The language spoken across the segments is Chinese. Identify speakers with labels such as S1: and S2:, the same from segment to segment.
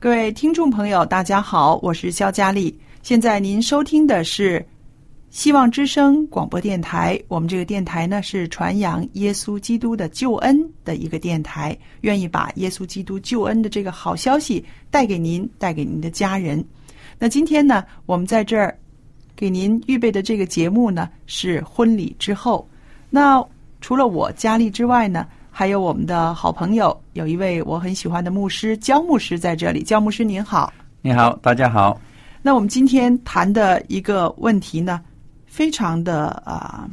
S1: 各位听众朋友，大家好，我是肖佳丽。现在您收听的是希望之声广播电台。我们这个电台呢是传扬耶稣基督的救恩的一个电台，愿意把耶稣基督救恩的这个好消息带给您，带给您的家人。那今天呢，我们在这儿给您预备的这个节目呢是婚礼之后。那除了我佳丽之外呢，还有我们的好朋友，有一位我很喜欢的牧师焦牧师在这里。焦牧师您好，
S2: 你好，大家好。
S1: 那我们今天谈的一个问题呢，非常的啊、呃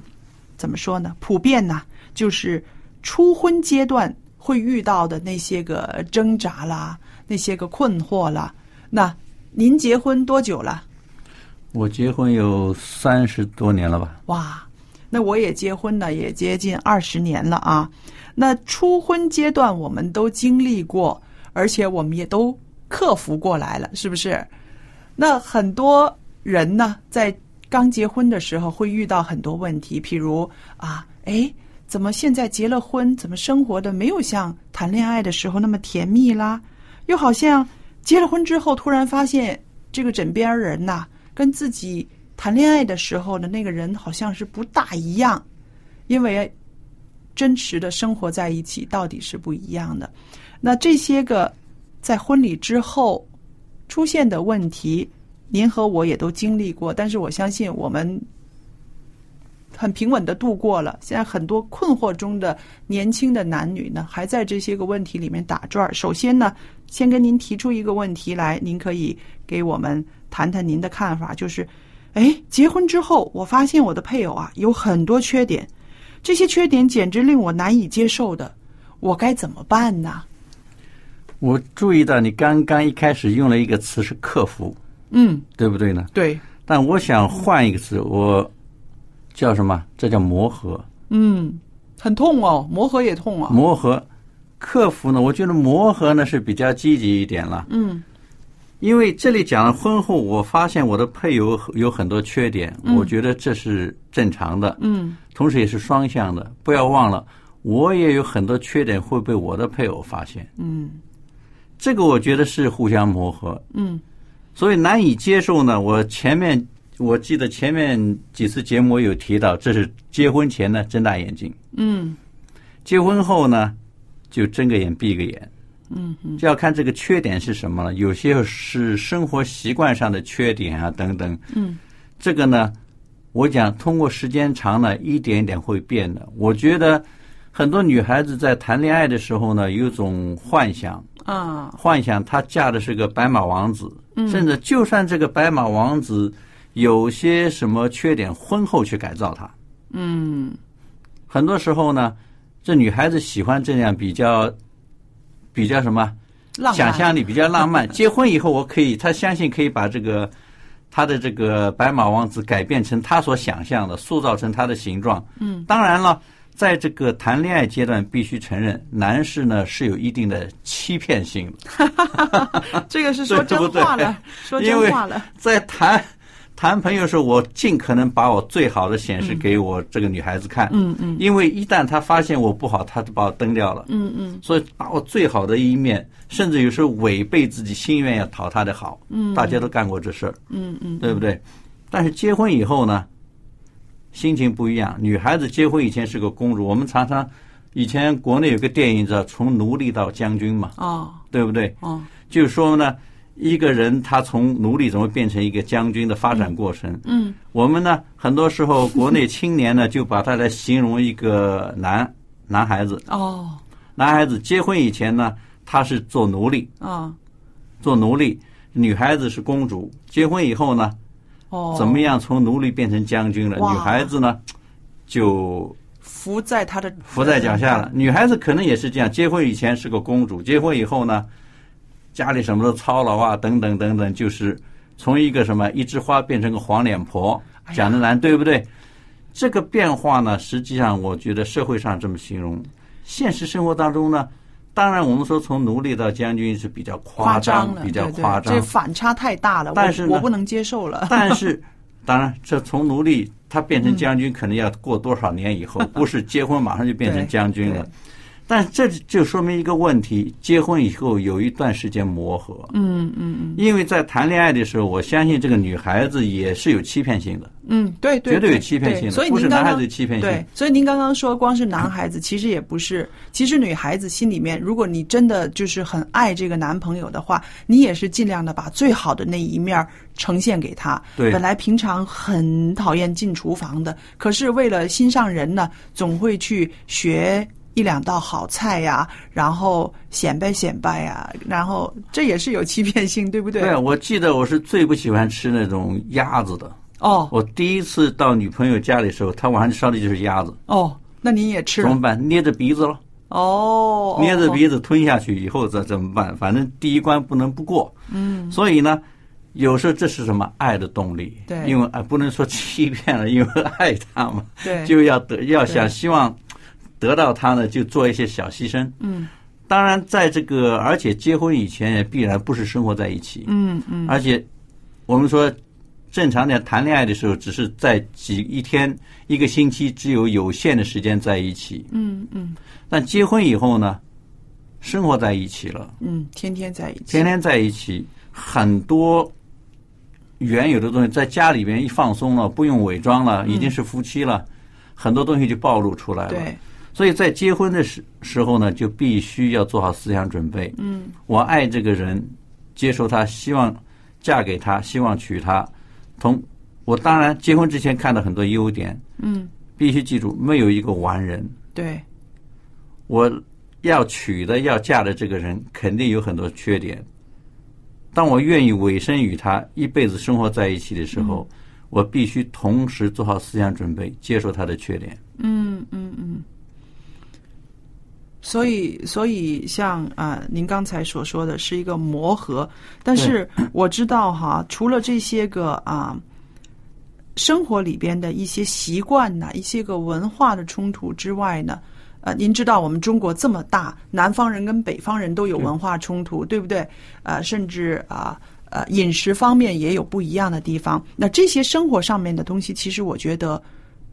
S1: 怎么说呢？普遍呢，就是初婚阶段会遇到的那些个挣扎啦，那些个困惑啦。那您结婚多久了？
S2: 我结婚有三十多年了吧？
S1: 哇，那我也结婚了，也接近二十年了啊。那初婚阶段我们都经历过，而且我们也都克服过来了，是不是？那很多人呢，在刚结婚的时候会遇到很多问题，譬如啊，哎，怎么现在结了婚，怎么生活的没有像谈恋爱的时候那么甜蜜啦？又好像结了婚之后，突然发现这个枕边人呐、跟自己谈恋爱的时候的那个人好像是不大一样，因为真实的生活在一起到底是不一样的。那这些个在婚礼之后出现的问题，您和我也都经历过，但是我相信我们很平稳的度过了。现在很多困惑中的年轻的男女呢，还在这些个问题里面打转儿。首先呢，先跟您提出一个问题来，您可以给我们谈谈您的看法，就是，哎，结婚之后，我发现我的配偶啊有很多缺点，这些缺点简直令我难以接受的，我该怎么办呢？
S2: 我注意到你刚刚一开始用了一个词是克服，
S1: 嗯，
S2: 对不对呢？
S1: 对，
S2: 但我想换一个词，我叫什么？这叫磨合。
S1: 嗯，很痛哦，磨合也痛啊，
S2: 磨合、克服呢？我觉得磨合呢是比较积极一点了。
S1: 嗯，
S2: 因为这里讲了婚后，我发现我的配偶有很多缺点，我觉得这是正常的。
S1: 嗯，
S2: 同时也是双向的。不要忘了，我也有很多缺点会被我的配偶发现。
S1: 嗯
S2: 这个我觉得是互相磨合，
S1: 嗯
S2: 所以难以接受呢。我前面我记得前面几次节目有提到，这是结婚前呢睁大眼睛，
S1: 嗯
S2: 结婚后呢就睁个眼闭个眼，
S1: 嗯嗯
S2: 就要看这个缺点是什么了。有些是生活习惯上的缺点啊等等，
S1: 嗯
S2: 这个呢，我讲通过时间长了，一点一点会变的。我觉得很多女孩子在谈恋爱的时候呢，有一种幻想。
S1: 啊，
S2: 幻想她嫁的是个白马王子，甚至就算这个白马王子有些什么缺点，婚后去改造他。
S1: 嗯
S2: 很多时候呢，这女孩子喜欢这样比较，比较什么，
S1: 浪漫
S2: 想象力比较浪漫。 结婚以后，我可以，她相信可以把这个她的这个白马王子改变成她所想象的，塑造成她的形状。嗯，当然了，在这个谈恋爱阶段，必须承认男士呢是有一定的欺骗性的，
S1: 这个是说
S2: 对
S1: 真
S2: 不对
S1: 话了，说
S2: 因为
S1: 真话了，
S2: 在谈谈朋友的时候，我尽可能把我最好的显示给我这个女孩子看，嗯嗯，因为一旦她发现我不好，她就把我蹬掉了，嗯嗯，所以把我最好的一面，甚至有时候违背自己心愿要讨她的好，嗯，大家都干过这事儿，
S1: 嗯嗯，
S2: 对不对？但是结婚以后呢，心情不一样。女孩子结婚以前是个公主，我们常常以前国内有个电影叫《从奴隶到将军》嘛，
S1: 哦
S2: 对不对？
S1: 哦，
S2: 就是说呢，一个人他从奴隶怎么变成一个将军的发展过程？
S1: 嗯，
S2: 我们呢，很多时候国内青年呢就把它来形容一个男男孩子，
S1: 哦
S2: 男孩子结婚以前呢，他是做奴隶，
S1: 啊
S2: 做奴隶；女孩子是公主，结婚以后呢，
S1: 哦，
S2: 怎么样从奴隶变成将军了？
S1: 哇
S2: 女孩子呢，就
S1: 伏在他的呃
S2: 伏在脚下了。女孩子可能也是这样，结婚以前是个公主，结婚以后呢，家里什么都操劳啊，等等等等，就是从一个什么一枝花变成个黄脸婆，
S1: 哎
S2: 讲的难，对不对？这个变化呢，实际上我觉得社会上这么形容，现实生活当中呢，当然我们说从奴隶到将军是比较夸
S1: 夸
S2: 张，
S1: 了，
S2: 比较
S1: 对对
S2: 夸张，
S1: 这反差太大了，
S2: 但是呢
S1: 我我不能接受 了。
S2: 但是，当然，这从奴隶他变成将军，可能要过多少年以后， 不是结婚马上就变成将军
S1: 对
S2: 了
S1: 对。
S2: 但这就说明一个问题：结婚以后有一段时间磨合。嗯嗯嗯。因为在谈恋爱的时候，我相信这个女孩子也是有欺骗性的。
S1: 嗯，对对，
S2: 绝对有欺骗性的
S1: 所以
S2: 不是
S1: 您刚
S2: 男
S1: 刚
S2: 孩子有欺骗性
S1: 对，所以您刚刚说光是男 孩子，其实也不是，其实女孩子心里面，如果你真的就是很爱这个男朋友的话，你也是尽量的把最好的那一面儿呈现给他。
S2: 对
S1: 本来平常很讨厌进厨房的，可是为了心上人呢，总会去学。一两道好菜呀，然后显摆显摆呀，然后这也是有欺骗性，对不对？
S2: 啊我记得我是最不喜欢吃那种鸭子的。
S1: 哦
S2: 我第一次到女朋友家里的时候，她晚上烧的就是鸭子，
S1: 哦，那您也吃
S2: 怎
S1: 了
S2: 么办？捏着鼻子了。
S1: 哦，
S2: 捏着
S1: 哦
S2: 鼻子吞下去以后，这怎么办？反正第一关不能不过。嗯，所以呢，有时候这是什么爱的动力？
S1: 对
S2: 因为哎，不能说欺骗了，因为爱他嘛，
S1: 对
S2: 就要得要想
S1: 对
S2: 希望得到他呢，就做一些小牺牲。
S1: 嗯，
S2: 当然，在这个而且结婚以前也必然不是生活在一起。
S1: 嗯嗯，
S2: 而且我们说正常的谈恋爱的时候，只是在几一天、一个星期只有有限的时间在一起。
S1: 嗯嗯
S2: 但结婚以后呢，生活在一起了，
S1: 嗯，天天在一起，
S2: 天天在一起，很多原有的东西在家里边一放松了，不用伪装了，已经是夫妻了，很多东西就暴露出来了。
S1: 对，
S2: 所以在结婚的时时候呢，就必须要做好思想准备。嗯，我爱这个人，接受他，希望嫁给他，希望娶他。同我当然结婚之前看到很多优点，
S1: 嗯
S2: 必须记住，没有一个完人。
S1: 对，
S2: 我要娶的、要嫁的这个人，肯定有很多缺点。当我愿意委身与他一辈子生活在一起的时候，我必须同时做好思想准备，接受他的缺点。
S1: 嗯嗯嗯。所以，所以像啊、呃您刚才所说的是一个磨合，但是我知道哈，除了这些个啊、生活里边的一些习惯呐、一些个文化的冲突之外呢，呃，您知道我们中国这么大，南方人跟北方人都有文化冲突，对不对？呃，甚至啊呃饮食方面也有不一样的地方。那这些生活上面的东西，其实我觉得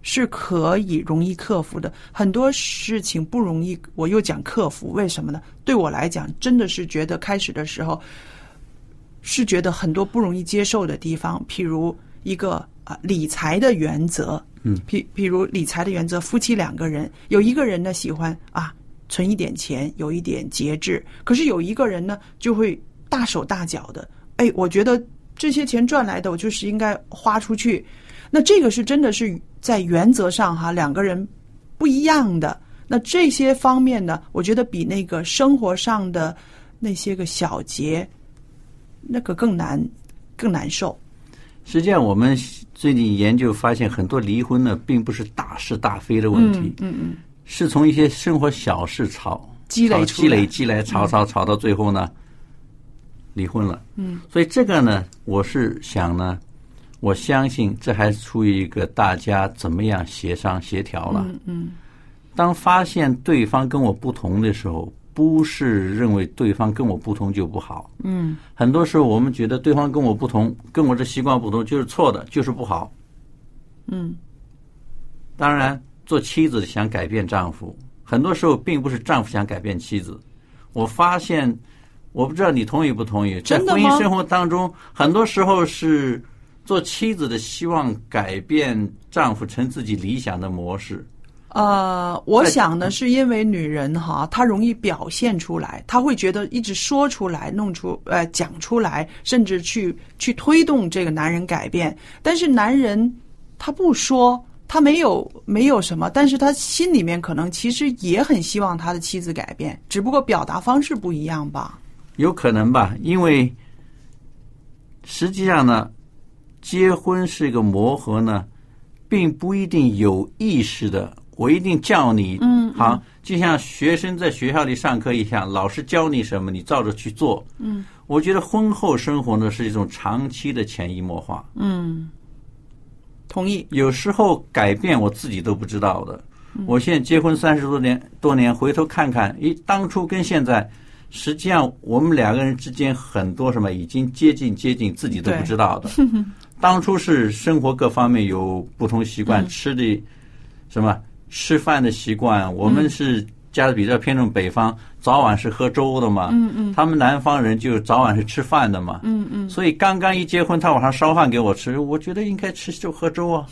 S1: 是可以容易克服的。很多事情不容易，我又讲克服，为什么呢？对我来讲，真的是觉得开始的时候是觉得很多不容易接受的地方，譬如一个啊、理财的原则，嗯，譬譬如理财的原则，夫妻两个人有一个人呢喜欢啊存一点钱，有一点节制，可是有一个人呢就会大手大脚的，哎，我觉得这些钱赚来的我就是应该花出去，那这个是真的是在原则上哈两个人不一样的。那这些方面呢，我觉得比那个生活上的那些个小节，那个更难，更难受。
S2: 实际上，我们最近研究发现，很多离婚呢，并不是大是大非的问题，嗯嗯是从一些生活小事吵
S1: 积累
S2: 吵
S1: 出
S2: 积
S1: 来
S2: 累、嗯积累、吵吵吵到最后呢，离婚了。嗯，所以这个呢，我是想呢，我相信这还是出于一个大家怎么样协商协调了。嗯，当发现对方跟我不同的时候，不是认为对方跟我不同就不好。
S1: 嗯，
S2: 很多时候我们觉得对方跟我不同，跟我的习惯不同，就是错的，就是不好。
S1: 嗯，
S2: 当然，做妻子想改变丈夫，很多时候并不是丈夫想改变妻子。我发现，我不知道你同意不同意，在
S1: 真的
S2: 婚
S1: 吗
S2: 姻生活当中，很多时候是做妻子的希望改变丈夫成自己理想的模式。
S1: 呃，我
S2: 在
S1: 想呢，是因为女人哈，她容易表现出来，她会觉得一直说出来、弄出呃讲出来，甚至去去推动这个男人改变。但是男人他不说，他没有没有什么，但是他心里面可能其实也很希望他的妻子改变，只不过表达方式不一样吧。
S2: 有可能吧，因为实际上呢，结婚是一个磨合呢，并不一定有意识的。我一定叫你，嗯，好，就像学生在学校里上课一样，老师教你什么，你照着去做，嗯。我觉得婚后生活呢是一种长期的潜移默化，
S1: 同意，
S2: 有时候改变我自己都不知道的。我现在结婚三十多年多年，回头看看，咦，当初跟现在，实际上我们两个人之间很多什么已经接近接近自己都不知道的。 当初是生活各方面有不同习惯，吃的什么吃饭的习惯，我们是家里比较偏重北方，早晚是喝粥的嘛。嗯嗯。他们南方人就早晚是吃饭的嘛。嗯嗯。所以刚刚一结婚，他晚上烧饭给我吃，我觉得应该吃就喝粥啊。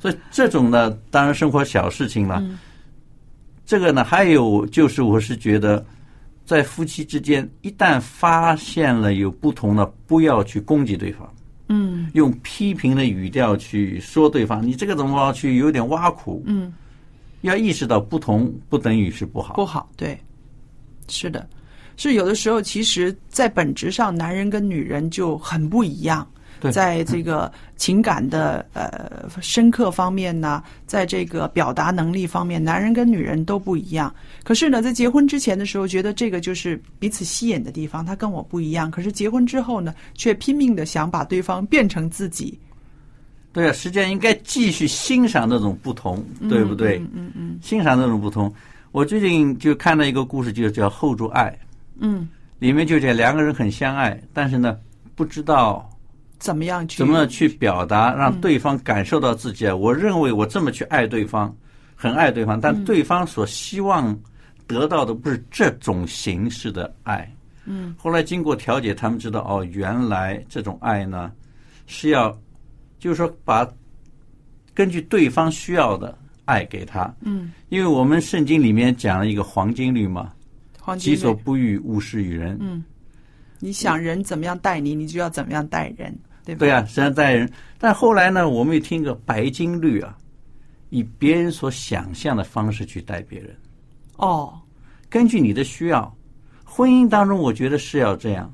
S2: 所以这种呢，当然生活小事情了。
S1: 嗯
S2: 这个呢，还有就是，我是觉得，在夫妻之间，一旦发现了有不同的，不要去攻击对方。
S1: 嗯，
S2: 用批评的语调去说对方，你这个怎么好去有点挖苦。
S1: 嗯，
S2: 要意识到不同不等于是不好。
S1: 不好，对，是的，是有的时候，其实，在本质上，男人跟女人就很不一样。
S2: 对
S1: 在这个情感的呃深刻方面呢，在这个表达能力方面，男人跟女人都不一样。可是呢，在结婚之前的时候，觉得这个就是彼此吸引的地方，他跟我不一样。可是结婚之后呢，却拼命的想把对方变成自己。
S2: 对啊，实际上应该继续欣赏那种不同，对不对？嗯嗯欣赏那种不同。我最近就看到一个故事，就叫《后住爱》。
S1: 嗯，
S2: 里面就讲两个人很相爱，但是呢，不知道
S1: 怎么样去？
S2: 怎么去表达，让对方感受到自己啊。我认为我这么去爱对方，很爱对方，
S1: 嗯
S2: 但对方所希望得到的不是这种形式的爱。嗯，后来经过调解，他们知道哦，原来这种爱呢是要，就是说把根据对方需要的爱给他。嗯，因为我们圣经里面讲了一个黄金律嘛，
S1: 黄金
S2: 己
S1: 律？
S2: 所不欲，勿施于人。嗯，
S1: 你想人怎么样待你，你就要怎么样待人，对吧？
S2: 对啊，实际上在人。但后来呢，我们也听个白金律啊，以别人所想象的方式去待别人，
S1: 哦，
S2: 根据你的需要。婚姻当中，我觉得是要这样。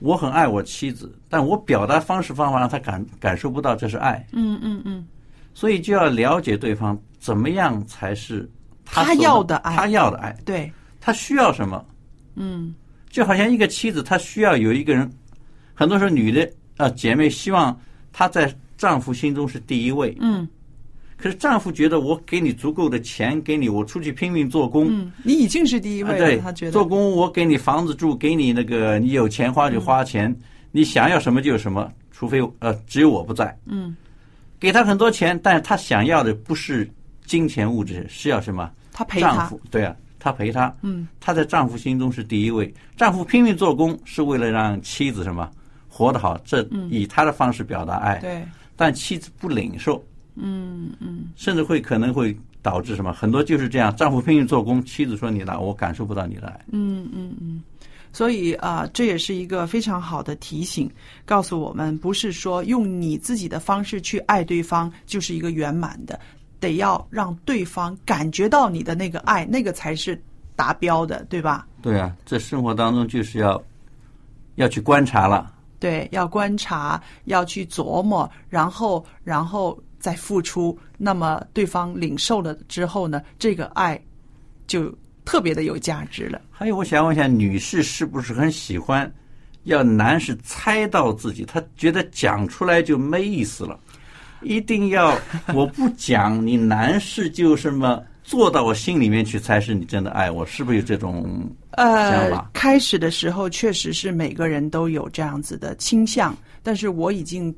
S2: 我很爱我妻子，但我表达方式方法让她感感受不到这是爱，
S1: 嗯嗯嗯，
S2: 所以就要了解对方怎么样才是她
S1: 她
S2: 所
S1: 要的爱
S2: 她要的爱，
S1: 对，
S2: 她需要什么？
S1: 嗯
S2: 就好像一个妻子，她需要有一个人，很多时候女的呃姐妹希望她在丈夫心中是第一位，
S1: 嗯
S2: 可是丈夫觉得我给你足够的钱，给你我出去拼命做工，
S1: 嗯，你已经是第一
S2: 啊
S1: 位了，
S2: 对
S1: 他觉，得
S2: 做工我给你房子住，给你那个你有钱花就花钱，
S1: 嗯
S2: 你想要什么就有什么，除非呃只有我不在，
S1: 嗯，
S2: 给他很多钱，但是他想要的不是金钱物质，是要什么？
S1: 他陪
S2: 丈
S1: 他，
S2: 夫对啊，她陪他，
S1: 嗯，
S2: 她在丈夫心中是第一位，丈夫拼命做工是为了让妻子什么活得好，这以他的方式表达
S1: 嗯
S2: 爱，
S1: 对，
S2: 但妻子不领受，嗯嗯，甚至会可能会导致什么？很多就是这样，丈夫拼命做工，妻子说你来，我感受不到你的爱，
S1: 所以啊、这也是一个非常好的提醒，告诉我们，不是说用你自己的方式去爱对方就是一个圆满的，得要让对方感觉到你的那个爱，那个才是达标的，对吧？
S2: 对啊，这生活当中就是要要去观察了，
S1: 对，要观察，要去琢磨，然后，然后再付出。那么对方领受了之后呢，这个爱就特别的有价值了。
S2: 还有，我想问一下，女士是不是很喜欢要男士猜到自己？她觉得讲出来就没意思了，一定要我不讲，你男士就什么做到我心里面去，才是你真的爱我，是不是有这种想
S1: 呃
S2: 法，？
S1: 开始的时候确实是每个人都有这样子的倾向，但是我已经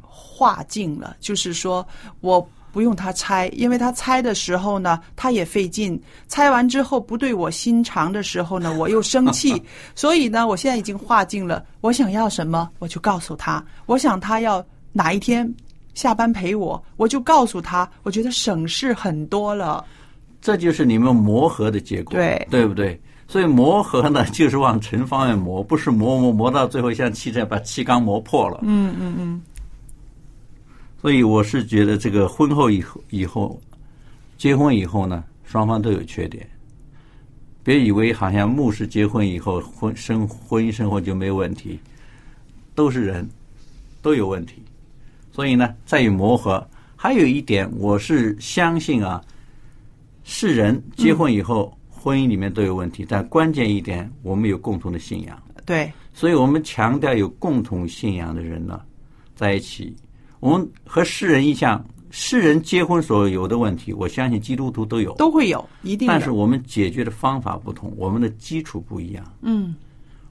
S1: 化境了，就是说我不用他猜，因为他猜的时候呢，他也费劲，猜完之后不对我心肠的时候呢，我又生气，所以呢，我现在已经化境了，我想要什么我就告诉他，我想他要哪一天。下班陪我，我就告诉他，我觉得省事很多了。
S2: 这就是你们磨合的结果，
S1: 对
S2: 对不对？所以磨合呢，就是往成方面磨，不是磨磨磨到最后像气这样把气缸磨破了。嗯嗯嗯。所以我是觉得这个婚后以后以后，结婚以后呢，双方都有缺点。别以为好像牧师结婚以后婚生婚姻生活就没问题，都是人，都有问题。所以呢，在于磨合。还有一点，我是相信啊，是人结婚以后，婚姻里面都有问题，但关键一点，我们有共同的信仰，
S1: 对，
S2: 所以我们强调有共同信仰的人呢，在一起，我们和世人一样，世人结婚所有的问题，我相信基督徒都有，
S1: 都会有一定的。
S2: 但是我们解决的方法不同，我们的基础不一样。嗯，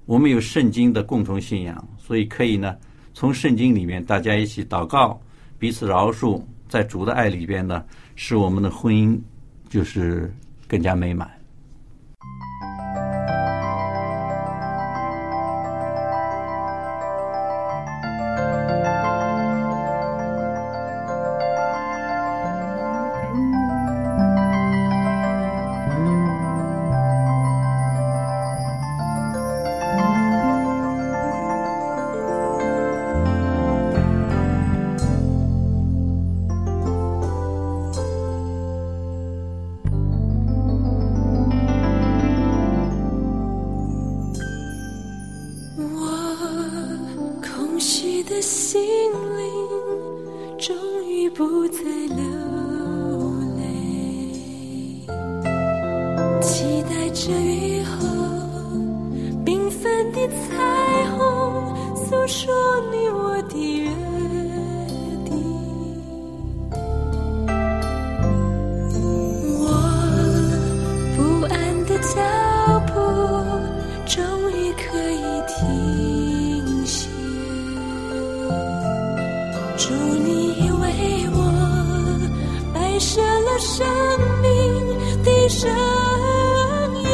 S2: 我们有圣经的共同信仰，所以可以呢，从圣经里面大家一起祷告，彼此饶恕，在主的爱里边呢，使我们的婚姻就是更加美满。
S3: 我空虚的心灵终于不再流泪，期待着雨后缤纷的彩虹诉说你我的约定。我不安的脚步终于可以停歇，祝你为我摆设了生命的盛宴，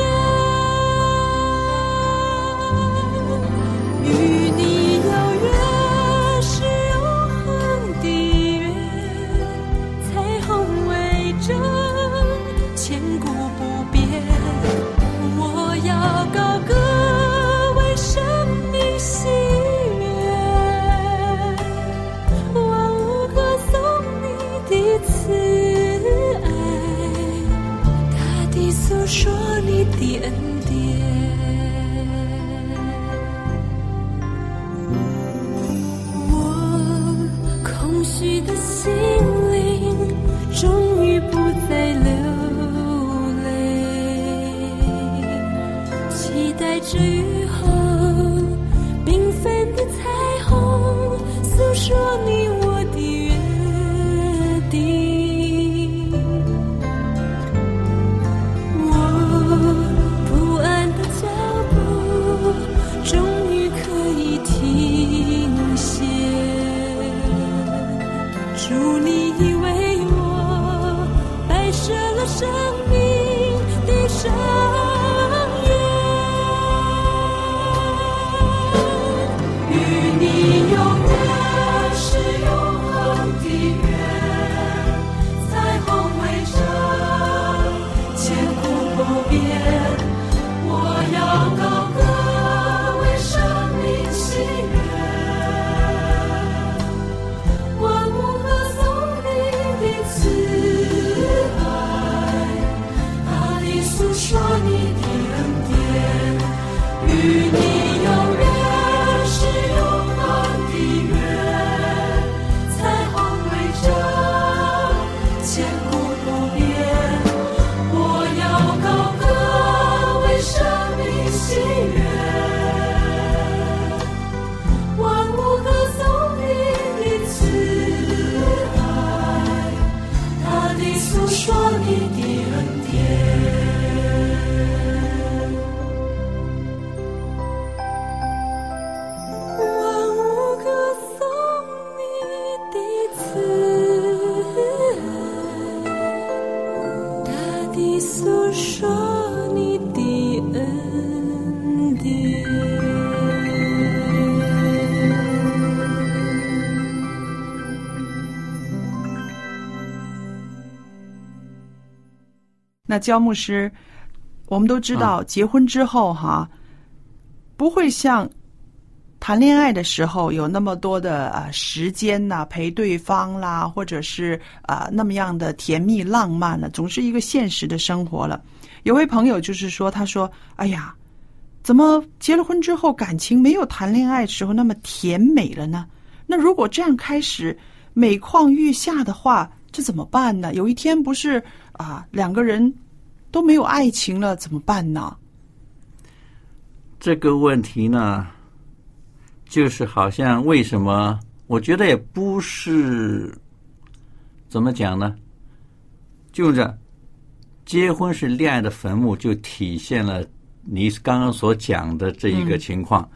S3: 与你有约是永恒的约。彩虹为证，千古不变。我要高歌，为生命喜悦，万物歌颂你的慈爱，大地诉说你的恩典。我空虚的心灵终于不再流泪，期待着雨后缤纷的彩虹诉说你我的约定。我不安的脚步终于可以停歇，祝你以为我摆设了生命的盛宴，与你有约是永
S1: 那焦牧师，我们都知道，结婚之后哈、不会像谈恋爱的时候有那么多的呃时间呐、陪对方啦，或者是啊、呃那么样的甜蜜浪漫了，总是一个现实的生活了。有位朋友就是说，他说：“哎呀，怎么结了婚之后感情没有谈恋爱时候那么甜美了呢？那如果这样开始每况愈下的话，这怎么办呢？有一天不是啊，两个人都没有爱情了，怎么办呢？
S2: 这个问题呢，就是好像为什么？我觉得也不是怎么讲呢，就是结婚是恋爱的坟墓，就体现了你刚刚所讲的这一个情况。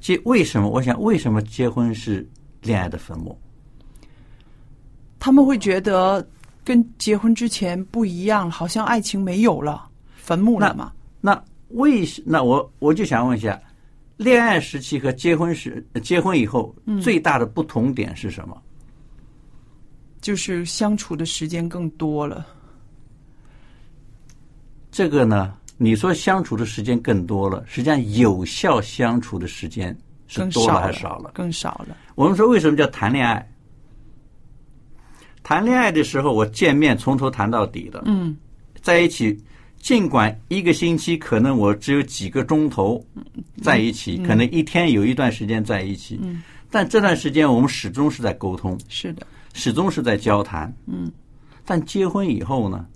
S2: 结为什么？我想为什么结婚是恋爱的坟墓？
S1: 他们会觉得跟结婚之前不一样，好像爱情没有了，坟墓了嘛？
S2: 那为什？那我我就想问一下，恋爱时期和结婚时，结婚以后最大的不同点是什么？
S1: 就是相处的时间更多了。
S2: 这个呢，你说相处的时间更多了，实际上有效相处的时间是
S1: 更
S2: 多
S1: 少
S2: 还是少了？
S1: 更少了。
S2: 我们说为什么叫谈恋爱？谈恋爱的时候，我见面从头谈到底的，
S1: 嗯，
S2: 在一起，尽管一个星期可能我只有几个钟头在一起，可能一天有一段时间在一起，嗯，但这段时间我们始终是在沟通，
S1: 是的，
S2: 始终是在交谈，嗯，但结婚以后呢，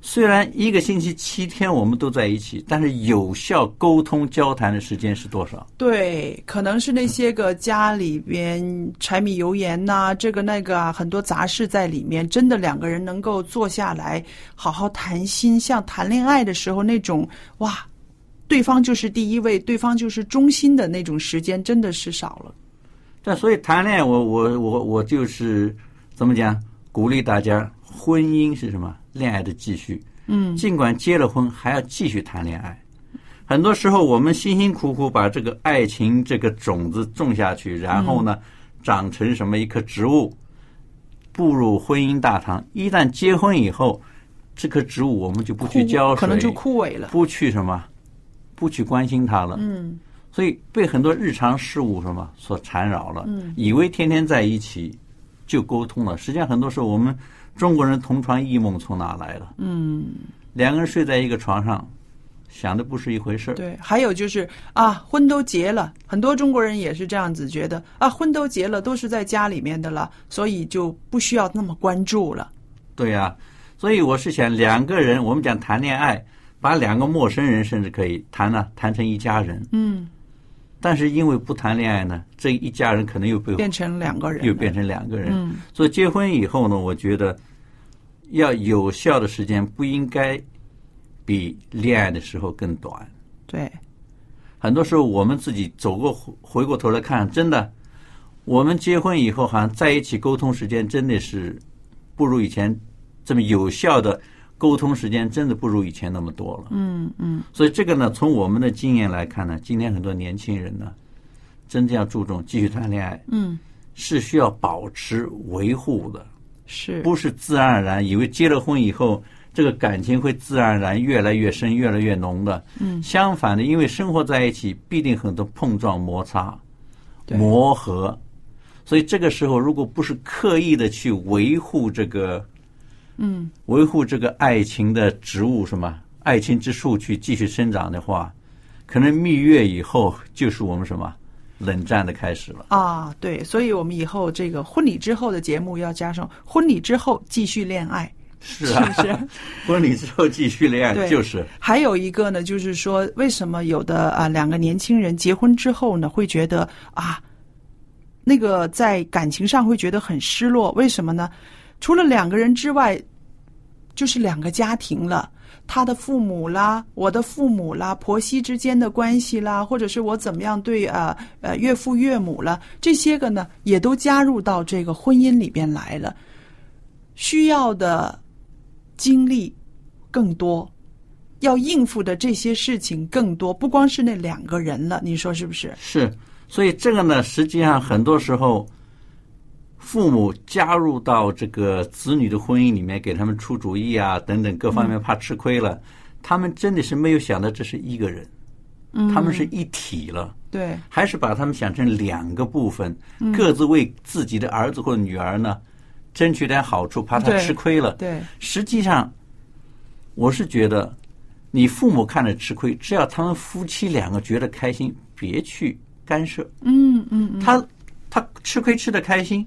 S2: 虽然一个星期七天我们都在一起，但是有效沟通交谈的时间是多少？
S1: 对，可能是那些个家里边柴米油盐呐、这个那个啊，很多杂事在里面，真的两个人能够坐下来好好谈心，像谈恋爱的时候那种哇，对方就是第一位，对方就是中心的那种时间，真的是少了。
S2: 但所以谈恋爱我，我我我就是怎么讲？鼓励大家，婚姻是什么？恋爱的继续。嗯，尽管结了婚，还要继续谈恋爱。很多时候，我们辛辛苦苦把这个爱情这个种子种下去，然后
S1: 嗯
S2: 呢，长成什么一棵植物，步入婚姻大堂。一旦结婚以后，这棵植物我们就不去浇水，
S1: 可能就枯萎了。
S2: 不去什么，不去关心他了。
S1: 嗯，
S2: 所以被很多日常事物什么所缠绕了，嗯，以为天天在一起就沟通了，实际上很多时候我们中国人同床异梦从哪来的？嗯，两个人睡在一个床上，想的不是一回事儿。
S1: 对，还有就是啊，婚都结了，很多中国人也是这样子觉得啊，婚都结了，都是在家里面的了，所以就不需要那么关注了。
S2: 对呀、所以我是想，两个人我们讲谈恋爱，把两个陌生人甚至可以谈呢、啊谈成一家人，
S1: 嗯，
S2: 但是因为不谈恋爱呢，这一家人可能又被
S1: 变成两个人了，
S2: 又变成两个人。所以结婚以后呢，我觉得要有效的时间不应该比恋爱的时候更短。
S1: 对，
S2: 很多时候我们自己走过回回过头来看，真的，我们结婚以后好像在一起沟通时间真的是不如以前这么有效的沟通时间，真的不如以前那么多了。嗯嗯。所以这个呢，从我们的经验来看呢，今天很多年轻人呢，真正要注重继续谈恋爱，
S1: 嗯，
S2: 是需要保持维护的。
S1: 是
S2: 不是自然而然，以为结了婚以后，这个感情会自然而然越来越深、越来越浓的。嗯，相反的，因为生活在一起，必定很多碰撞、摩擦、
S1: 对
S2: 磨合，所以这个时候如果不是刻意的去维护这个，嗯，维护这个爱情的植物什么爱情之树去继续生长的话，可能蜜月以后就是我们什么冷战的开始了。
S1: 啊，对，所以我们以后这个婚礼之后的节目要加上婚礼之后继续恋爱，
S2: 是啊，
S1: 是不是？
S2: 婚礼之后继续恋爱
S1: 对，
S2: 就是。
S1: 还有一个呢，就是说为什么有的啊两个年轻人结婚之后呢，会觉得啊，那个在感情上会觉得很失落？为什么呢？除了两个人之外，就是两个家庭了。他的父母啦，我的父母啦，婆媳之间的关系啦，或者是我怎么样对呃呃岳父岳母啦，这些个呢，也都加入到这个婚姻里边来了，需要的精力更多，要应付的这些事情更多，不光是那两个人了，你说是不是？
S2: 是，所以这个呢，实际上很多时候，父母加入到这个子女的婚姻里面，给他们出主意啊，等等各方
S1: 嗯
S2: 面怕吃亏了，他们真的是没有想到这是一个人，他们
S1: 嗯
S2: 是一体了。
S1: 对，
S2: 还是把他们想成两个部分，
S1: 嗯
S2: 各自为自己的儿子或女儿呢争取点好处，怕他
S1: 对
S2: 吃亏了。
S1: 对
S2: 实际上，我是觉得，你父母看着吃亏，只要他们夫妻两个觉得开心，别去干涉。嗯嗯，他他吃亏吃的开心，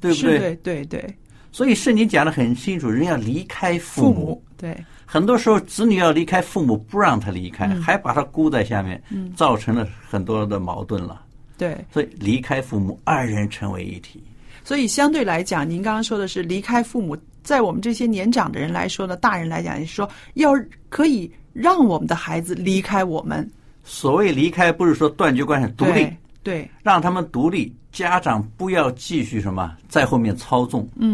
S2: 对不
S1: 是
S2: 对？
S1: 对对对，
S2: 所以圣经讲的很清楚，人要离开
S1: 父
S2: 母
S1: 母对
S2: 很多时候，子女要离开父母，不让他离开，还把他箍在下面，造成了很多的矛盾了。
S1: 对，
S2: 所以，离开父母，二人成为一体。
S1: 所以相对来讲，您刚刚说的是离开父母，在我们这些年长的人来说呢，大人来讲，也是说要可以让我们的孩子离开我们，
S2: 所谓离开，不是说断绝关系，独立，
S1: 对，
S2: 让他们独立。家长不要继续什么在后面操纵。
S1: 对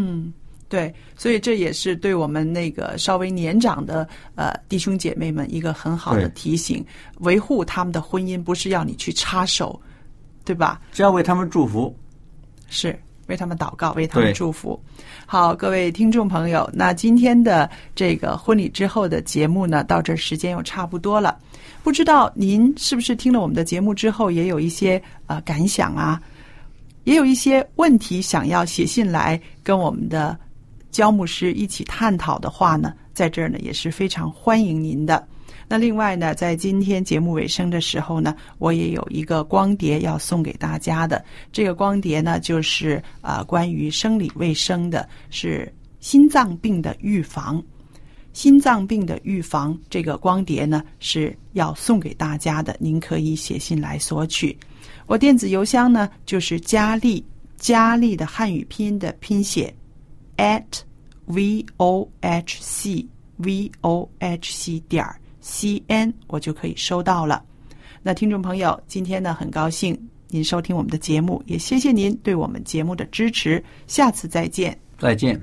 S1: 对，所以这也是对我们那个稍微年长的呃弟兄姐妹们一个很好的
S2: 对
S1: 提醒，维护他们的婚姻不是要你去插手，对吧？
S2: 只要为他们祝福。
S1: 是为他们祷告，为他们
S2: 对
S1: 祝福。好，各位听众朋友，那今天的这个婚礼之后的节目呢，到这儿时间又差不多了。不知道您是不是听了我们的节目之后，也有一些呃感想啊，也有一些问题想要写信来跟我们的焦牧师一起探讨的话呢，在这儿呢也是非常欢迎您的。那另外呢，在今天节目尾声的时候呢，我也有一个光碟要送给大家的。这个光碟呢，就是啊、呃关于生理卫生的，是心脏病的预防。心脏病的预防这个光碟呢是要送给大家的，您可以写信来索取。我电子邮箱呢就是佳丽，佳丽的汉语拼音的拼写 at v o h c v o h c 点儿 c n，我就可以收到了。那听众朋友，今天呢很高兴您收听我们的节目，也谢谢您对我们节目的支持，下次再见。
S2: 再见。